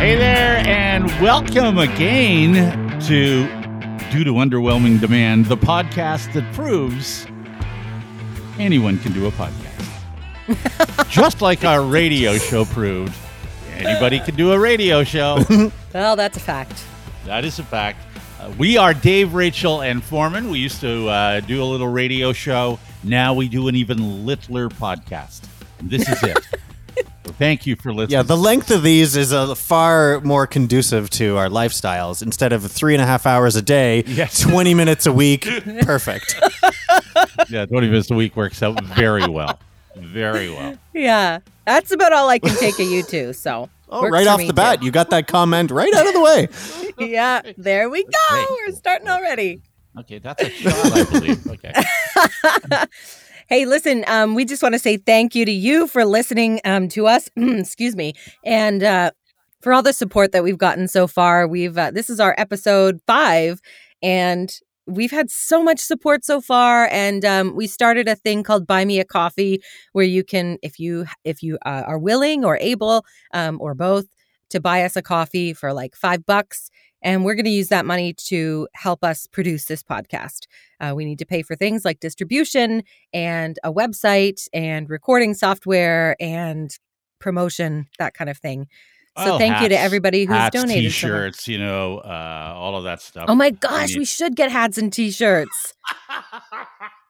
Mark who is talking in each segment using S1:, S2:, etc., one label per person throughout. S1: Hey there, and welcome again to Due to Underwhelming Demand, the podcast that proves anyone can do a podcast. Just like our radio show proved, anybody can do a radio show.
S2: Well, that's a fact.
S1: That is a fact. Uh, we are Dave, Rachel, and Foreman. We used to uh, do a little radio show. Now we do an even littler podcast. And this is it. Well, Thank you for listening.
S3: Yeah, the length of these is uh, far more conducive to our lifestyles. Instead of three and a half hours a day,
S1: Yes.
S3: 20 minutes a week, perfect.
S1: yeah, 20 minutes a week works out very well. Very well.
S2: Yeah, that's about all I can take of you two. So,
S3: Oh,
S2: works
S3: right
S2: for
S3: off
S2: me,
S3: the bat, you got that comment right out of the way.
S2: too. Yeah, there we go.
S1: Great.
S2: We're starting already.
S1: Okay, that's a shot, I believe. Okay.
S2: Hey, listen, um, we just want to say thank you to you for listening um, to us. Excuse me, and uh, for all the support that we've gotten so far. We've uh, this is our episode five, and we've had so much support so far. And um, we started a thing called Buy Me a Coffee, where you can, if you if you uh, are willing or able, um, or both, to buy us a coffee for like five bucks. And we're going to use that money to help us produce this podcast. Uh, we need to pay for things like distribution and a website and recording software and promotion, that kind of thing. So
S1: Well,
S2: thank you to
S1: Oh, hats-
S2: everybody who's
S1: hats,
S2: donated. so much.
S1: T-shirts, you know, uh, all of that stuff.
S2: Oh my gosh, we
S1: need-
S2: should get hats and t-shirts.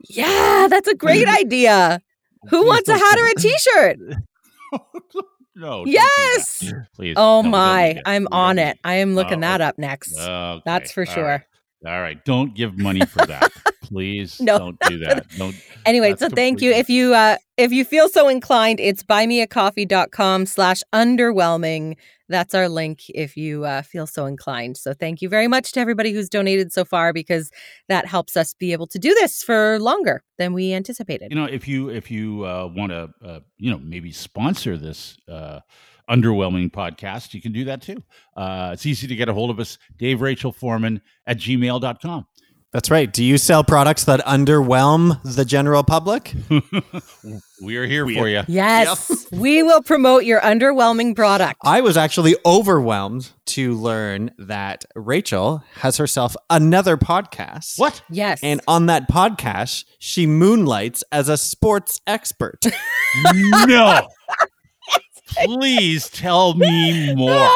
S2: Yeah, that's a great idea. Who
S1: Please
S2: wants a
S1: don't
S2: hat
S1: do
S2: or a
S1: that.
S2: t-shirt?
S1: no. don't do that.
S2: Yes.
S1: Please.
S2: Oh
S1: no, we don't need
S2: my,
S1: it.
S2: I'm
S1: We don't
S2: on
S1: need
S2: it. I am looking
S1: Oh,
S2: that up next.
S1: Okay,
S2: That's for
S1: all right.
S2: sure.
S1: All right. Don't give money for that. Please
S2: No,
S1: don't do that. Don't
S2: Anyway,
S1: that's
S2: so thank you.
S1: completely-
S2: If you uh if you feel so inclined, it's buymeacoffee.com slash underwhelming. That's our link if you uh, feel so inclined. So thank you very much to everybody who's donated so far because that helps us be able to do this for longer than we anticipated.
S1: you know if you if you uh, want to uh, you know maybe sponsor this uh, underwhelming podcast you can do that too uh, it's easy to get a hold of us dave rachel foreman at gmail.com
S3: That's right. Do you sell products that underwhelm the general public?
S1: we are here for you
S2: Yes, we will promote your underwhelming product.
S3: I was actually overwhelmed to learn that Rachel has herself another podcast.
S1: what
S2: yes.
S3: And on that podcast, she moonlights as a sports expert.
S1: no please tell me more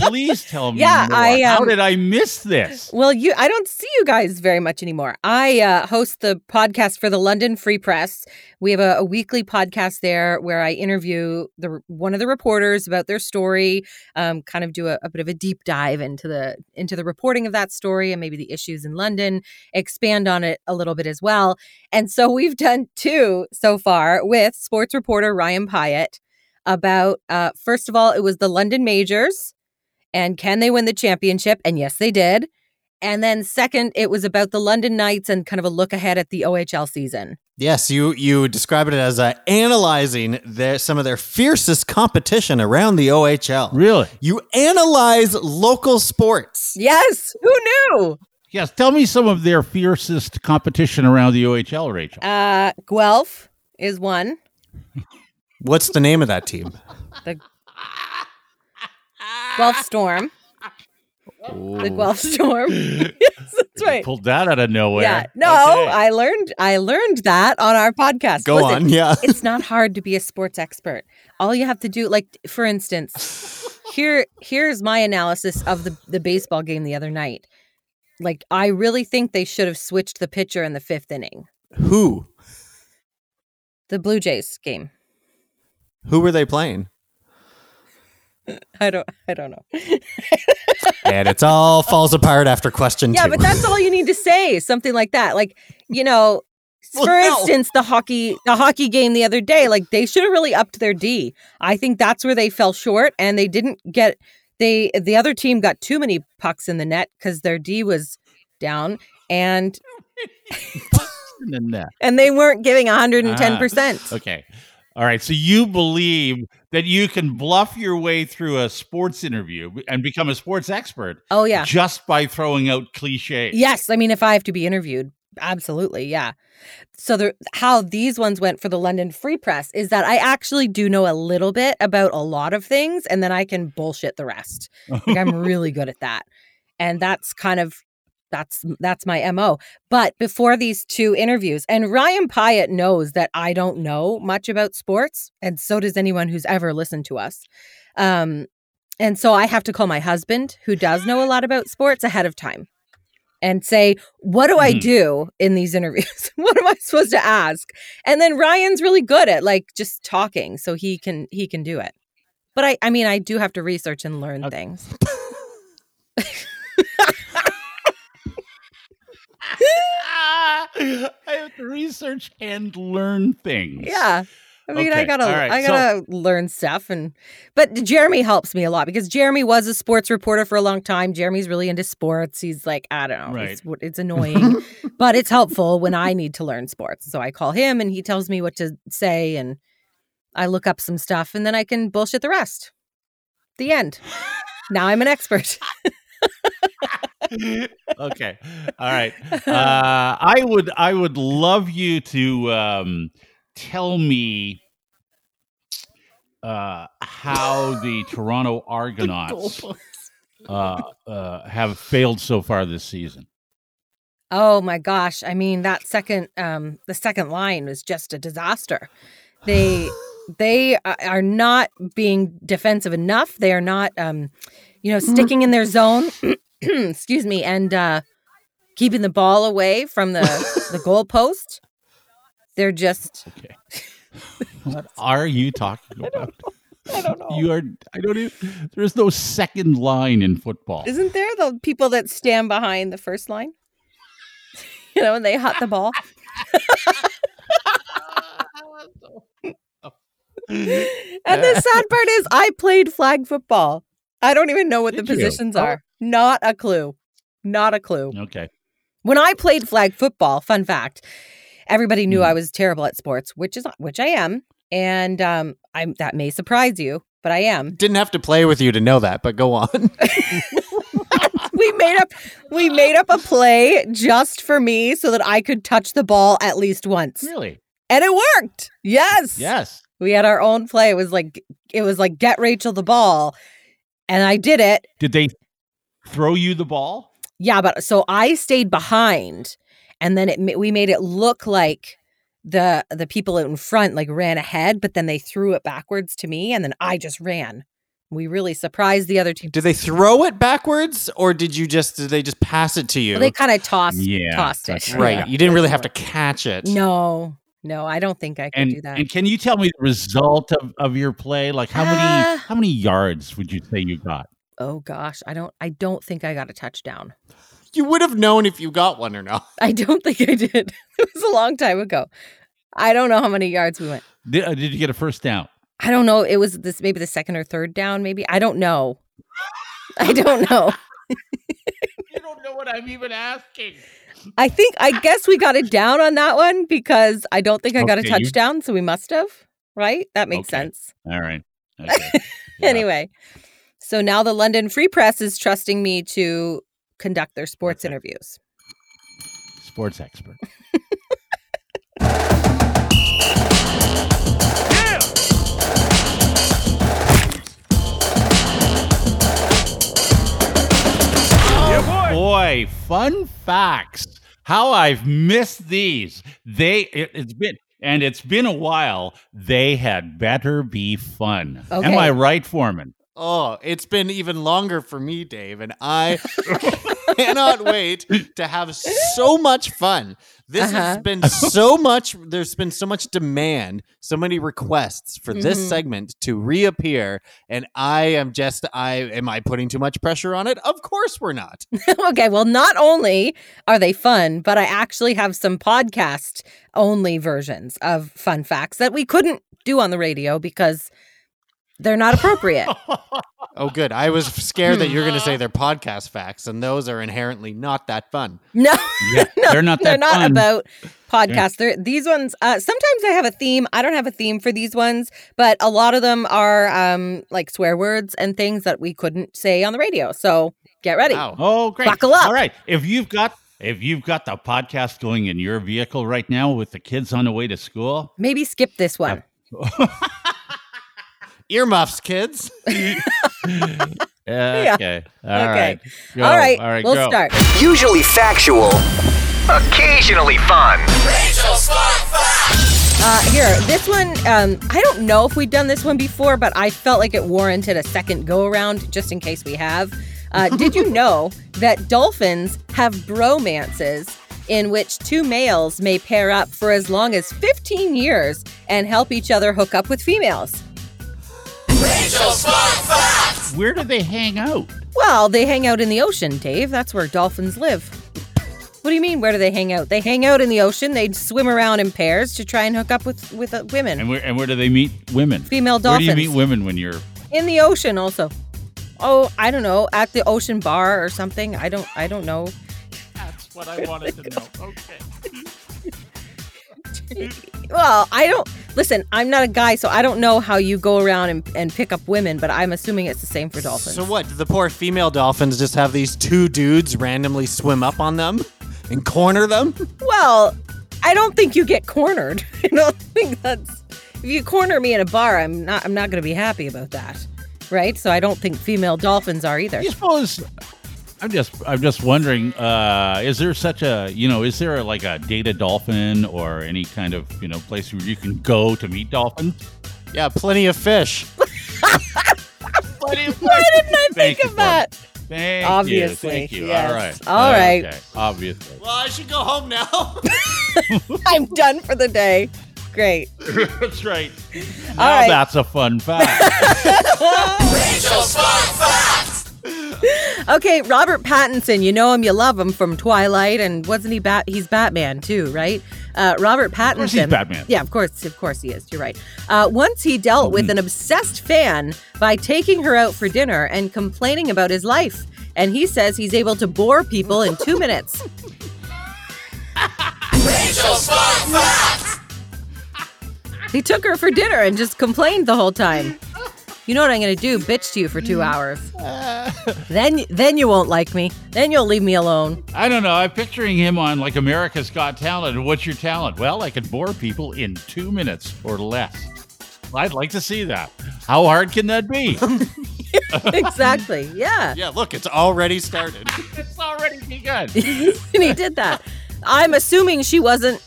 S1: please tell me
S2: Yeah,
S1: more.
S2: I,
S1: how
S2: um,
S1: did i miss this
S2: well, you I don't see you guys very much anymore. I uh, host the podcast for the London Free Press. We have a, a weekly podcast there where I interview the one of the reporters about their story, um, kind of do a, a bit of a deep dive into the into the reporting of that story and maybe the issues in London, expand on it a little bit as well. And so we've done two so far with sports reporter Ryan Pyatt about uh, first of all, it was the London Majors and can they win the championship? And yes, they did. And then second, it was about the London Knights and kind of a look ahead at the OHL season.
S3: Yes, you you describe it as uh, analyzing their, some of their fiercest competition around the OHL.
S1: really
S3: You analyze local sports.
S2: Yes, who knew?
S1: yes tell me some of their fiercest competition around the ohl rachel
S2: Uh, Guelph is one.
S3: What's the name of that team?
S2: Guelph Storm. The Guelph Storm. yes, that's
S1: You
S2: right.
S1: pulled that out of nowhere
S2: Yeah. No,
S1: Okay.
S2: I learned I learned that on our podcast.
S3: Go
S2: Listen,
S3: on. Yeah.
S2: it's not hard to be a sports expert. All you have to do, like for instance, here here's my analysis of the the baseball game the other night. Like I really think they should have switched the pitcher in the fifth inning.
S3: Who?
S2: The Blue Jays game.
S3: Who were they playing?
S2: I don't I don't know.
S3: And it's all falls apart after question
S2: Yeah,
S3: two.
S2: but that's all you need to say. Something like that. Like, you know,
S3: Well,
S2: for
S3: no.
S2: instance, the hockey the hockey game the other day, like they should have really upped their D. I think that's where they fell short and they didn't get they the other team got too many pucks in the net because their D was down and
S1: in the net.
S2: and they weren't giving 110%.
S1: Okay. All right. So you believe that you can bluff your way through a sports interview and become a sports expert
S2: Oh yeah.
S1: just by throwing out cliches.
S2: Yes, I mean if I have to be interviewed Absolutely, yeah. So the how these ones went for the London Free Press is that I actually do know a little bit about a lot of things and then I can bullshit the rest. Like I'm really good at that. And that's kind of that's that's my MO. But before these two interviews, and Ryan Pyatt knows that I don't know much about sports, and so does anyone who's ever listened to us. Um and so I have to call my husband who does know a lot about sports ahead of time and say, What do I
S1: Hmm.
S2: do in these interviews? what am I supposed to ask? And then Ryan's really good at like just talking, so he can he can do it. But I I mean I do have to research and learn
S1: Okay.
S2: things.
S1: I have to research and learn things.
S2: Yeah. I mean, I
S1: Okay,
S2: gotta,
S1: all right,
S2: I
S1: so-
S2: gotta learn stuff, and but Jeremy helps me a lot because Jeremy was a sports reporter for a long time. Jeremy's really into sports. He's like, I don't know, it's, it's annoying, but it's helpful when I need to learn sports. So I call him, and he tells me what to say, and I look up some stuff, and then I can bullshit the rest. The end. now I'm an expert.
S1: okay. All right. Uh, I would I would love you to um, tell me uh, how the Toronto Argonauts uh, uh, have failed so far this season.
S2: Oh my gosh! I mean, that second, um, the second line was just a disaster. They they a- are not being defensive enough. They are not, um, you know, sticking in their zone. excuse me, and uh, keeping the ball away from the the goalpost. They're just
S1: Okay. what are you talking about?
S2: I don't know.
S1: You are I don't even there is no second line in football.
S2: Isn't there the people that stand behind the first line? you know, and they hot the ball. And the sad part is, I played flag football. I don't even know what
S1: Did
S2: the
S1: you? Oh.
S2: positions are. Not a clue. Not a clue.
S1: okay.
S2: When I played flag football, fun fact, everybody knew
S1: Mhm.
S2: I was terrible at sports, which is which I am, and um, I'm that may surprise you, but I am.
S3: Didn't have to play with you to know that, but go on.
S2: We made up we made up a play just for me so that I could touch the ball at least once,
S1: Really?
S2: and it worked. Yes.
S1: Yes.
S2: We had our own play. It was like it was like get Rachel the ball, and I did it,
S1: Did they throw you the ball?
S2: Yeah, but so I stayed behind, and then it ma- we made it look like the the people out in front like ran ahead, but then they threw it backwards to me, and then I just ran. We really surprised the other team.
S3: Did they throw it backwards, or did you just did they just pass it to you?
S2: Well, they kind of tossed
S1: Yeah,
S2: tossed it.
S1: that's
S3: right,
S1: Yeah.
S3: you didn't really have to catch it.
S2: No, no, I don't think I could
S1: and,
S2: do that.
S1: and can you tell me the result of, of your play? Like how
S2: Ah.
S1: many how many yards would you say you got?
S2: oh gosh, I don't. I don't think I got a touchdown.
S3: you would have known if you got one or not.
S2: I don't think I did. it was a long time ago. I don't know how many yards we went.
S1: Did, uh, did you get a first down?
S2: I don't know. It was this maybe the second or third down. Maybe I don't know. I don't know.
S1: You don't know what I'm even asking.
S2: I think I guess we got it down on that one because I don't think I got
S1: Okay,
S2: a
S1: you-
S2: touchdown, so we must have, right? That makes
S1: Okay.
S2: sense.
S1: All right. Okay. Yeah.
S2: Anyway, so now the London Free Press is trusting me to conduct their sports
S1: Okay.
S2: interviews.
S1: Sports expert. Oh boy, fun facts. How I've missed these. They it, it's been and it's been a while. They had better be fun.
S2: Okay.
S1: Am I right, Foreman?
S3: Oh, it's been even longer for me, Dave, and I cannot wait to have so much fun. This has
S2: Uh-huh.
S3: been so much, there's been so much demand, so many requests for this
S2: Mhm.
S3: segment to reappear. And I am just, I am I putting too much pressure on it? Of course we're not.
S2: okay, well, not only are they fun, but I actually have some podcast only versions of fun facts that we couldn't do on the radio because they're not appropriate.
S3: Oh, good. I was scared that you're going to say they're podcast facts, and those are inherently not that fun.
S2: no.
S1: Yeah,
S2: No,
S1: they're not that
S2: they're not
S1: fun.
S2: about podcasts. They're, these ones, uh, sometimes I have a theme. I don't have a theme for these ones, but a lot of them are um, like swear words and things that we couldn't say on the radio. So get ready.
S3: Wow.
S1: Oh, great.
S2: Buckle up.
S1: All right. If you've got If you've got the podcast going in your vehicle right now with the kids on the way to school,
S2: Maybe skip this one.
S3: Earmuffs, kids.
S1: yeah, okay. All right. Go.
S2: All right.
S1: All right.
S2: we'll
S1: go.
S2: start.
S4: Usually factual, occasionally fun.
S2: Uh, here, this one, um, I don't know if we've done this one before, but I felt like it warranted a second go around just in case we have. Uh, did you know that dolphins have bromances in which two males may pair up for as long as 15 years and help each other hook up with females?
S1: Where do they hang out?
S2: Well, they hang out in the ocean, Dave. That's where dolphins live. What do you mean? Where do they hang out? They hang out in the ocean. They swim around in pairs to try and hook up with with uh, women,
S1: And where and where do they meet women?
S2: female
S1: Where do
S2: dolphins.
S1: you meet women when you're
S2: in the ocean, also. Oh, I don't know, at the ocean bar or something. I don't. I don't know.
S1: That's what I wanted to know. Okay.
S2: Well, I don't. Listen, I'm not a guy, so I don't know how you go around and, and pick up women, but I'm assuming it's the same for dolphins.
S3: So what? Do the poor female dolphins just have these two dudes randomly swim up on them and corner them?
S2: Well, I don't think you get cornered. I don't think that's if you corner me in a bar, I'm not I'm not gonna be happy about that. Right? So I don't think female dolphins are either.
S1: You suppose I'm just I'm just wondering, uh, is there such a you know, is there like a data dolphin or any kind of, you know, place where you can go to meet dolphins?
S3: Yeah, plenty of fish.
S1: Why didn't I
S2: Think of that.
S1: Thank you,
S2: Obviously,
S1: Thank you.
S2: yes.
S1: All right.
S2: All right.
S1: Okay. Obviously.
S3: Well, I should go home now.
S2: I'm done for the day. Great.
S1: that's right. Now
S2: right.
S1: that's a fun fact.
S2: Okay, Robert Pattinson, you know him, you love him from Twilight, and wasn't he bat? He's Batman too, right? Uh, Robert Pattinson.
S1: course he's Batman. Oh,
S2: Yeah, of course, of course he is. You're right. Uh, once he dealt
S1: hmm.
S2: with an obsessed fan by taking her out for dinner and complaining about his life, and he says he's able to bore people in two minutes. He took her for dinner and just complained the whole time. You know what I'm gonna do? Bitch to you for
S1: Mm-hmm.
S2: two hours. Then, then you won't like me. Then you'll leave me alone.
S1: I don't know. I'm picturing him on like America's Got Talent. What's your talent? Well, I could bore people in two minutes or less. I'd like to see that. How hard can that be?
S2: exactly. Yeah.
S3: yeah, look, it's already started.
S1: it's already begun.
S2: and he did that. I'm assuming she wasn't.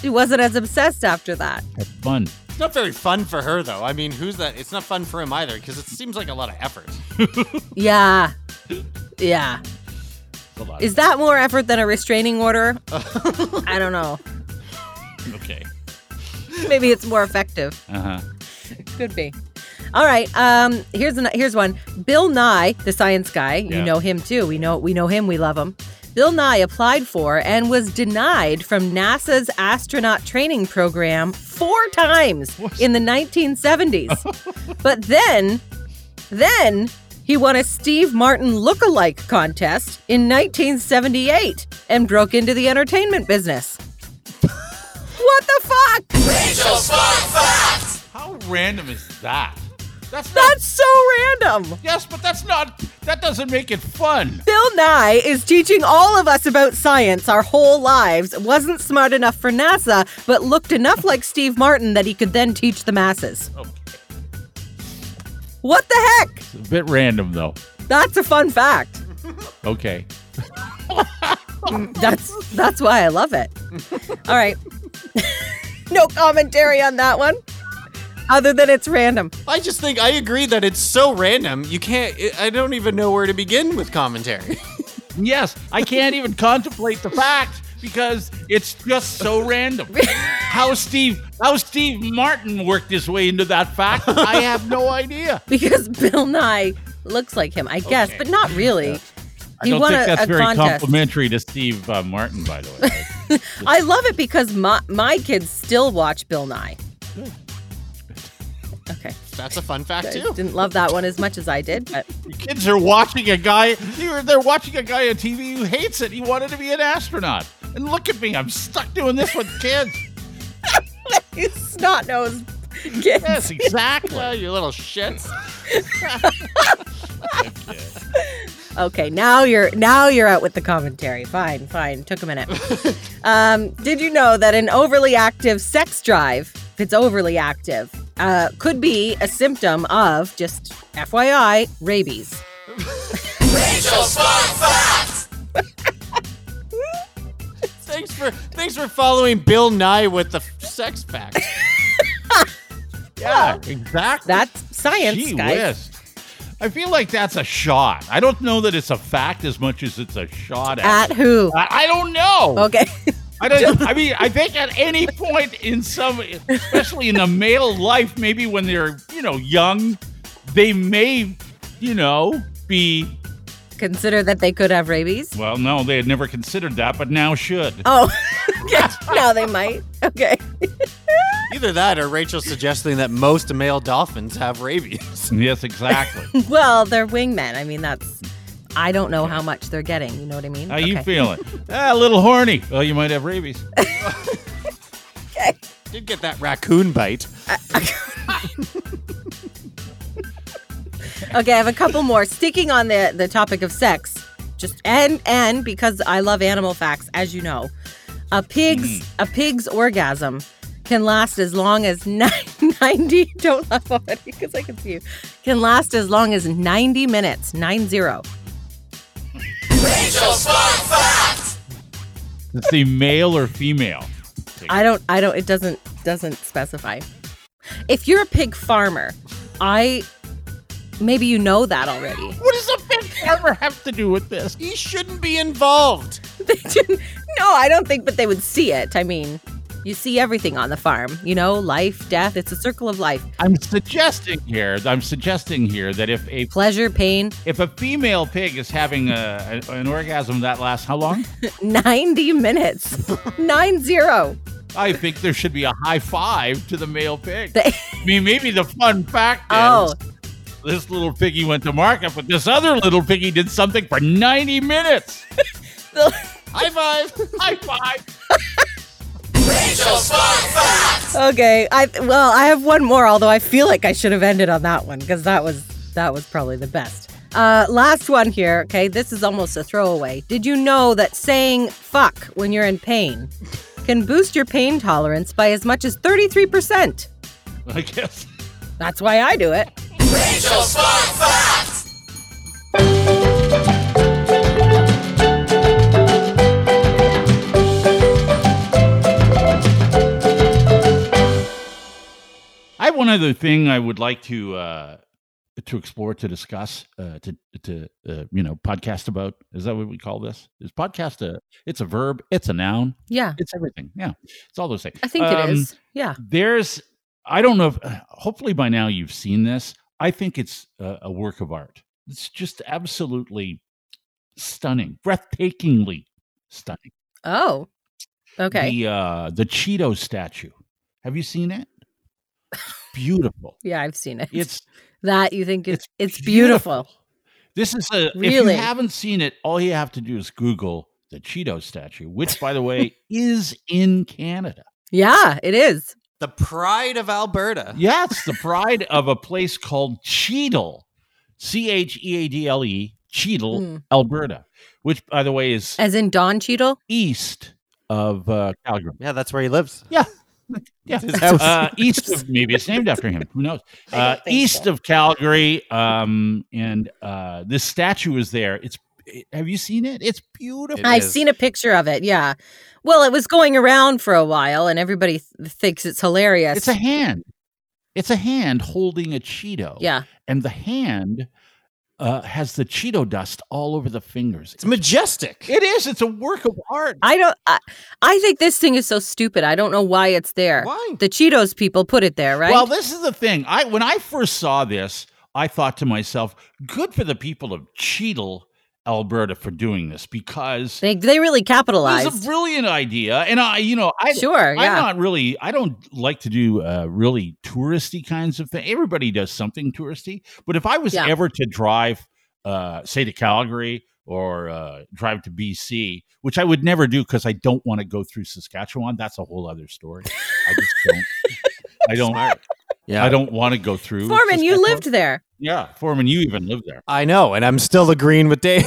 S2: She wasn't as obsessed after that.
S1: Fun.
S3: It's not very fun for her though. I mean, who's that? It's not fun for him either because it seems like a lot of effort.
S2: Yeah. Yeah.
S1: It's a lot.
S2: Is that more effort than a restraining order? I don't know.
S1: okay.
S2: Maybe it's more effective.
S1: Uh huh.
S2: Could be. All right. Um. Here's an, here's one. Bill Nye, the science guy. You
S1: Yeah.
S2: know him too. We know we know him. We love him. Bill Nye applied for and was denied from NASA's astronaut training program four times in the 1970s. but then, then he won a Steve Martin look-alike contest in 1978 and broke into the entertainment business. what the fuck?
S1: How random is that? That's not.
S2: That's so random.
S1: yes, but that's not. That doesn't make it fun.
S2: Bill Nye is teaching all of us about science our whole lives, wasn't smart enough for NASA, but looked enough like Steve Martin that he could then teach the masses.
S1: Okay.
S2: What the heck?
S1: It's a bit random though.
S2: That's a fun fact.
S1: Okay.
S2: That's that's why I love it. All right. no commentary on that one. Other than it's random.
S3: I just think I agree that it's so random. You can't. I I don't even know where to begin with commentary.
S1: Yes, I can't even contemplate the fact because it's just so random. How Steve how Steve Martin worked his way into that fact, I have no idea.
S2: Because Bill Nye looks like him, I guess,
S1: Okay.
S2: but not really.
S1: I
S2: He
S1: don't
S2: won
S1: think
S2: a-
S1: that's
S2: a
S1: very
S2: contest.
S1: complimentary to Steve uh, Martin, by the way.
S2: I love it because my my kids still watch Bill Nye. Okay.
S3: That's a fun fact
S2: I
S3: too.
S2: didn't love that one as much as I did, but
S1: Your kids are watching a guy. They're, they're watching a guy on TV who hates it. He wanted to be an astronaut, and look at me. I'm stuck doing this with kids.
S2: it's not nose kids.
S1: Yes, exactly.
S3: Yeah, you little shits.
S2: Okay, now you're now you're out with the commentary. Fine, fine. Took a minute. um, did you know that an overly active sex drive, if it's overly active, uh, could be a symptom of just FYI rabies.
S3: Thanks for thanks for following Bill Nye with the f- sex facts.
S1: Yeah, exactly.
S2: That's science,
S1: Gee
S2: guys.
S1: whiz. I feel like that's a shot. I don't know that it's a fact as much as it's a shot at.
S2: At who?
S1: I, I don't know.
S2: Okay.
S1: I don't. I mean, I think at any point in some, especially in the male life, maybe when they're you know young, they may, you know, be.
S2: Consider that they could have rabies.
S1: Well, no, they had never considered that, but now should.
S2: Oh, okay. now they might. Okay.
S3: Either that or Rachel suggesting that most male dolphins have rabies.
S1: Yes, exactly.
S2: Well, they're wingmen. I mean, that's. I don't know how much they're getting. You know what I mean?
S1: How
S2: okay.
S1: you feeling? Ah, a little horny. Well, you might have rabies.
S3: Did get that raccoon bite.
S2: Okay, I have a couple more. Sticking on the the topic of sex, just and and because I love animal facts, as you know, a pig's a pig's orgasm can last as long as nine- 90 don't laugh already because i can see you can last as long as 90 minutes 90
S1: Let's see, male or female.
S2: I don't I don't it doesn't doesn't specify. If you're a pig farmer, I maybe you know that already.
S1: What does a pig ever have to do with this?
S3: He shouldn't be involved.
S2: They didn't No, I don't think but they would see it. I mean, you see everything on the farm, you know, life, death, it's a circle of life.
S1: I'm suggesting here. I'm suggesting here that if a
S2: Pleasure, pain,
S1: if a female pig is having a, a- an orgasm that lasts how long?
S2: 90 minutes. 90.
S1: I think there should be a high five to the male pig.
S2: They-
S1: I mean, maybe the fun fact is
S2: Oh.
S1: this little piggy went to market, but this other little piggy did something for 90 minutes.
S2: Oh.
S3: High five.
S1: high five.
S2: Okay, I well, I have one more. Although I feel like I should have ended on that one because that was that was probably the best. Uh, last one here. Okay, this is almost a throwaway. Did you know that saying "fuck" when you're in pain can boost your pain tolerance by as much as thirty three percent?
S1: I guess.
S2: That's why I do it.
S1: I have one other thing I would like to uh, to explore, to discuss, uh, to to uh, you know, podcast about. Is that what we call this? Is podcast a? It's a verb. It's a noun.
S2: Yeah,
S1: It's everything. Yeah, it's all those things.
S2: I think
S1: Um,
S2: it is. Yeah,
S1: There's. I don't know. If, hopefully by now you've seen this. I think it's a, a work of art. It's just absolutely stunning, breathtakingly stunning.
S2: Oh, okay.
S1: The uh, the Cheeto statue. Have you seen it? It's Beautiful.
S2: yeah, I've seen it.
S1: It's
S2: that you think it's it's,
S1: it's
S2: beautiful.
S1: This is a if you
S2: Really?
S1: haven't seen it, all you have to do is Google the Cheeto statue, which by the way is in Canada.
S2: Yeah, it is.
S3: The pride of Alberta.
S1: Yeah, it's the pride of a place called Cheadle, C H E A D L E, Cheadle,
S2: Mm.
S1: Alberta, which by the way is
S2: As in Don Cheadle.
S1: east of uh, Calgary.
S3: Yeah, that's where he lives.
S1: Yeah,
S3: His house.
S1: uh, east of maybe it's named after him. Who knows?
S2: I don't
S1: Uh,
S2: think
S1: east
S2: so.
S1: of Calgary, um, and uh, this statue is there. It's have you seen it? It's beautiful.
S3: It
S2: I've
S3: is.
S2: seen a picture of it. Yeah. Well, it was going around for a while, and everybody th- thinks it's hilarious.
S1: It's a hand. It's a hand holding a Cheeto.
S2: yeah.
S1: And the hand uh, has the Cheeto dust all over the fingers.
S3: It's majestic.
S1: It is. It's a work of art.
S2: I don't. I, I think this thing is so stupid. I don't know why it's there.
S3: Why?
S2: The Cheetos people put it there, right?
S1: Well, this is the thing. I when I first saw this, I thought to myself, good for the people of Cheadle, Alberta, for doing this because
S2: they they really
S1: it
S2: capitalized.
S1: was a brilliant idea. And I, you know, I
S2: sure.
S1: I'm
S2: Yeah.
S1: not really. I don't like to do uh, really touristy kinds of things. Everybody does something touristy, but if I was
S2: Yeah.
S1: ever to drive, uh, say to Calgary or uh, drive to BC, which I would never do because I don't want to go through Saskatchewan. That's a whole other story. I just don't. I don't.
S3: Yeah.
S1: I don't want to go through.
S2: Foreman, you
S1: Saskatchewan.
S2: lived there.
S1: Yeah, Foreman, you even live there.
S3: I know, and I'm still agreeing with Dave.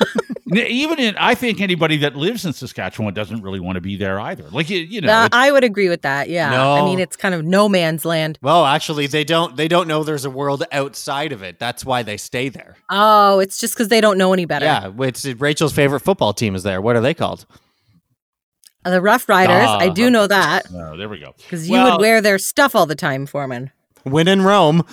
S1: N- Even in, I think anybody that lives in Saskatchewan doesn't really want to be there either. Like you, you know,
S2: Uh,
S1: it's-
S2: I would agree with that. Yeah. I
S3: No.
S2: mean, it's kind of no man's land.
S3: well, actually, they don't. They don't know there's a world outside of it. That's why they stay there.
S2: Oh, it's just because they don't know any better.
S3: Yeah, it's Rachel's favorite football team is there. What are they called?
S2: Uh, The Rough Riders, I do
S3: Ah.
S2: know that
S1: no, there we go.
S2: because you
S1: Well-
S2: would wear their stuff all the time, Foreman.
S3: Win in Rome.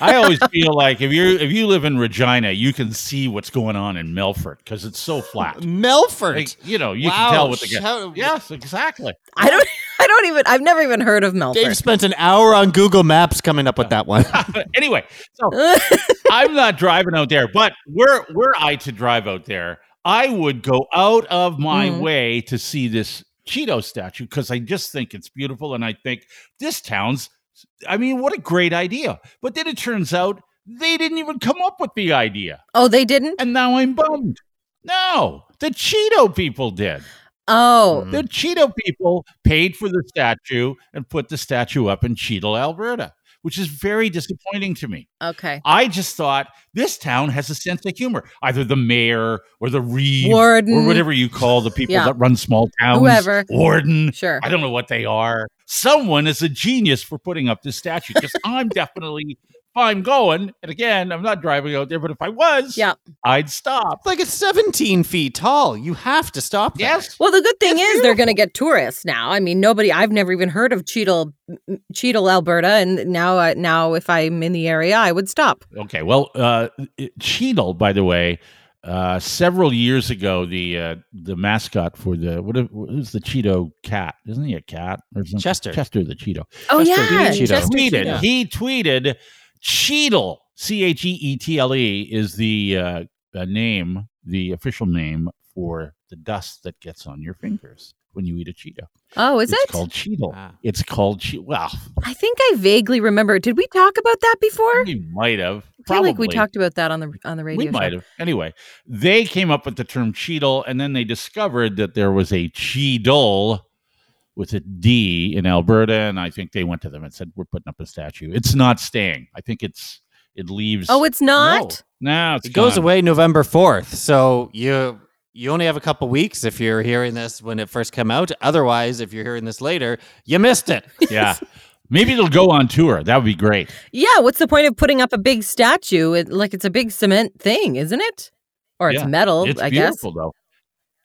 S1: I always feel like if you if you live in Regina, you can see what's going on in Melfort because it's so flat.
S3: Melford.
S1: Like, you know, you
S3: Wow,
S1: can tell what the guy.
S3: shout-
S1: Yes, exactly.
S2: I don't. I don't even. I've never even heard of
S3: Dave
S2: Melford.
S3: spent an hour on Google Maps coming up with that one.
S1: But anyway, so I'm not driving out there, but were were I to drive out there, I would go out of my
S2: Mhm.
S1: way to see this Cheeto statue because I just think it's beautiful, and I think this town's. I mean, what a great idea! But then it turns out they didn't even come up with the idea,
S2: oh, they didn't.
S1: and now I'm bummed. No, the Cheeto people did.
S2: Oh,
S1: The Cheeto people paid for the statue and put the statue up in Cheeto, Alberta, which is very disappointing to me.
S2: okay.
S1: I just thought this town has a sense of humor. Either the mayor or the reeve
S2: Warden.
S1: or whatever you call the people
S2: Yeah.
S1: that run small towns.
S2: Whoever.
S1: Warden.
S2: Sure.
S1: I don't know what they are. Someone is a genius for putting up this statue because I'm definitely, if I'm going, and again, I'm not driving out there, but if I was,
S2: Yeah.
S1: I'd stop.
S3: like it's 17 feet tall. You have to stop. there.
S1: Yes.
S2: Well, the good thing is they're going to get tourists now. I mean, nobody. I've never even heard of Cheadle, mm, Cheadle, Alberta, and now, uh, now if I'm in the area, I would stop.
S1: Okay. Well, uh, it- Cheadle, by the way, uh, several years ago, the uh, the mascot for the what if- who's the Cheeto cat? Isn't he a cat or something?
S3: Chester.
S1: Chester the Cheeto.
S2: Oh
S3: Chester
S2: yeah,
S3: Cheadle.
S2: Chester
S1: tweeted.
S2: Cheadle.
S1: He tweeted. Cheadle. C H E E T L E is the uh, uh, name, the official name for the dust that gets on your fingers when you eat a Cheeto.
S2: Oh, is
S1: it's
S2: it?
S1: called Cheadle.
S3: Ah.
S1: It's called Cheeto. Well,
S2: I think I vaguely remember. Did we talk about that before?
S1: we might have.
S2: I feel
S1: Probably
S2: like we talked about that on the on the radio.
S1: we
S2: show.
S1: might have. Anyway, they came up with the term cheetle, and then they discovered that there was a cheetle with a D in Alberta, and I think they went to them and said, "We're putting up a statue. It's not staying. I think it's it leaves.
S2: Oh, it's not.
S1: no, it's
S3: It goes
S1: gone.
S3: away November 4th. So you you only have a couple weeks if you're hearing this when it first came out. Otherwise, if you're hearing this later, you missed it.
S1: Yeah, maybe it'll go on tour. That would be great.
S2: Yeah. What's the point of putting up a big statue? It, like it's a big cement thing, isn't it? Or it's
S1: Yeah,
S2: metal,
S1: it's
S2: I guess.
S1: beautiful though.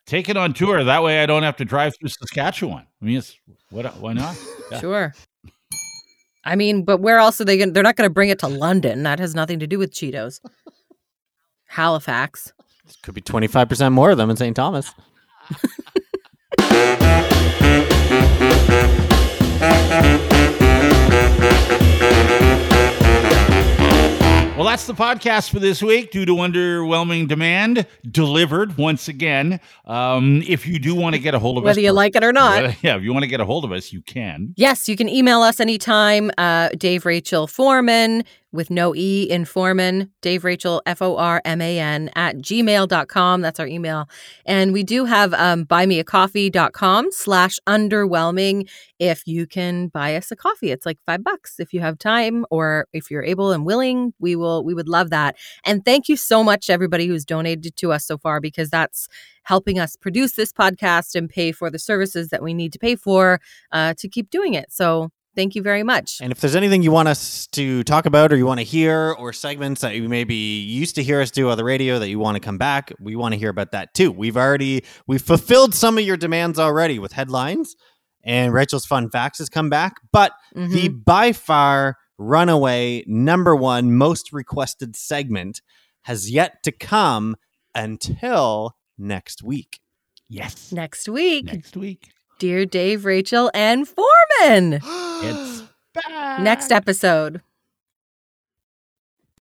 S1: Take it on tour. That way, I don't have to drive through Saskatchewan. I mean, it's what? Why not? Yeah.
S2: Sure. I mean, but where else are they going? to They're not going to bring it to London. That has nothing to do with Cheetos. Halifax.
S3: Could be 25% more of them in St. Thomas.
S1: Well, that's the podcast for this week. Due to underwhelming demand, delivered once again. Um, if you do want to get a hold of us,
S2: Whether you like it or not.
S1: yeah, if you want to get a hold of us, you can.
S2: Yes, you can email us anytime. Uh, Dave Rachel Foreman with no E in Foreman, Dave Rachel, F O R M A N, at gmail.com. That's our email. And we do have um, buymeacoffee.com slash underwhelming if you can buy us a coffee. It's like five bucks if you have time or if you're able and willing. We will, we would love that. And thank you so much, to everybody who's donated to us so far, because that's helping us produce this podcast and pay for the services that we need to pay for uh, to keep doing it. So thank you very much.
S3: And if there's anything you want us to talk about or you want to hear or segments that you maybe used to hear us do on the radio that you want to come back, we want to hear about that too. We've already we've fulfilled some of your demands already with headlines and Rachel's fun facts has come back, but the
S2: Mhm.
S3: by far runaway number one most requested segment has yet to come until next week.
S1: Yes.
S2: Next week,
S1: Next week.
S2: dear Dave, Rachel, and Foreman.
S1: It's back.
S2: Next episode.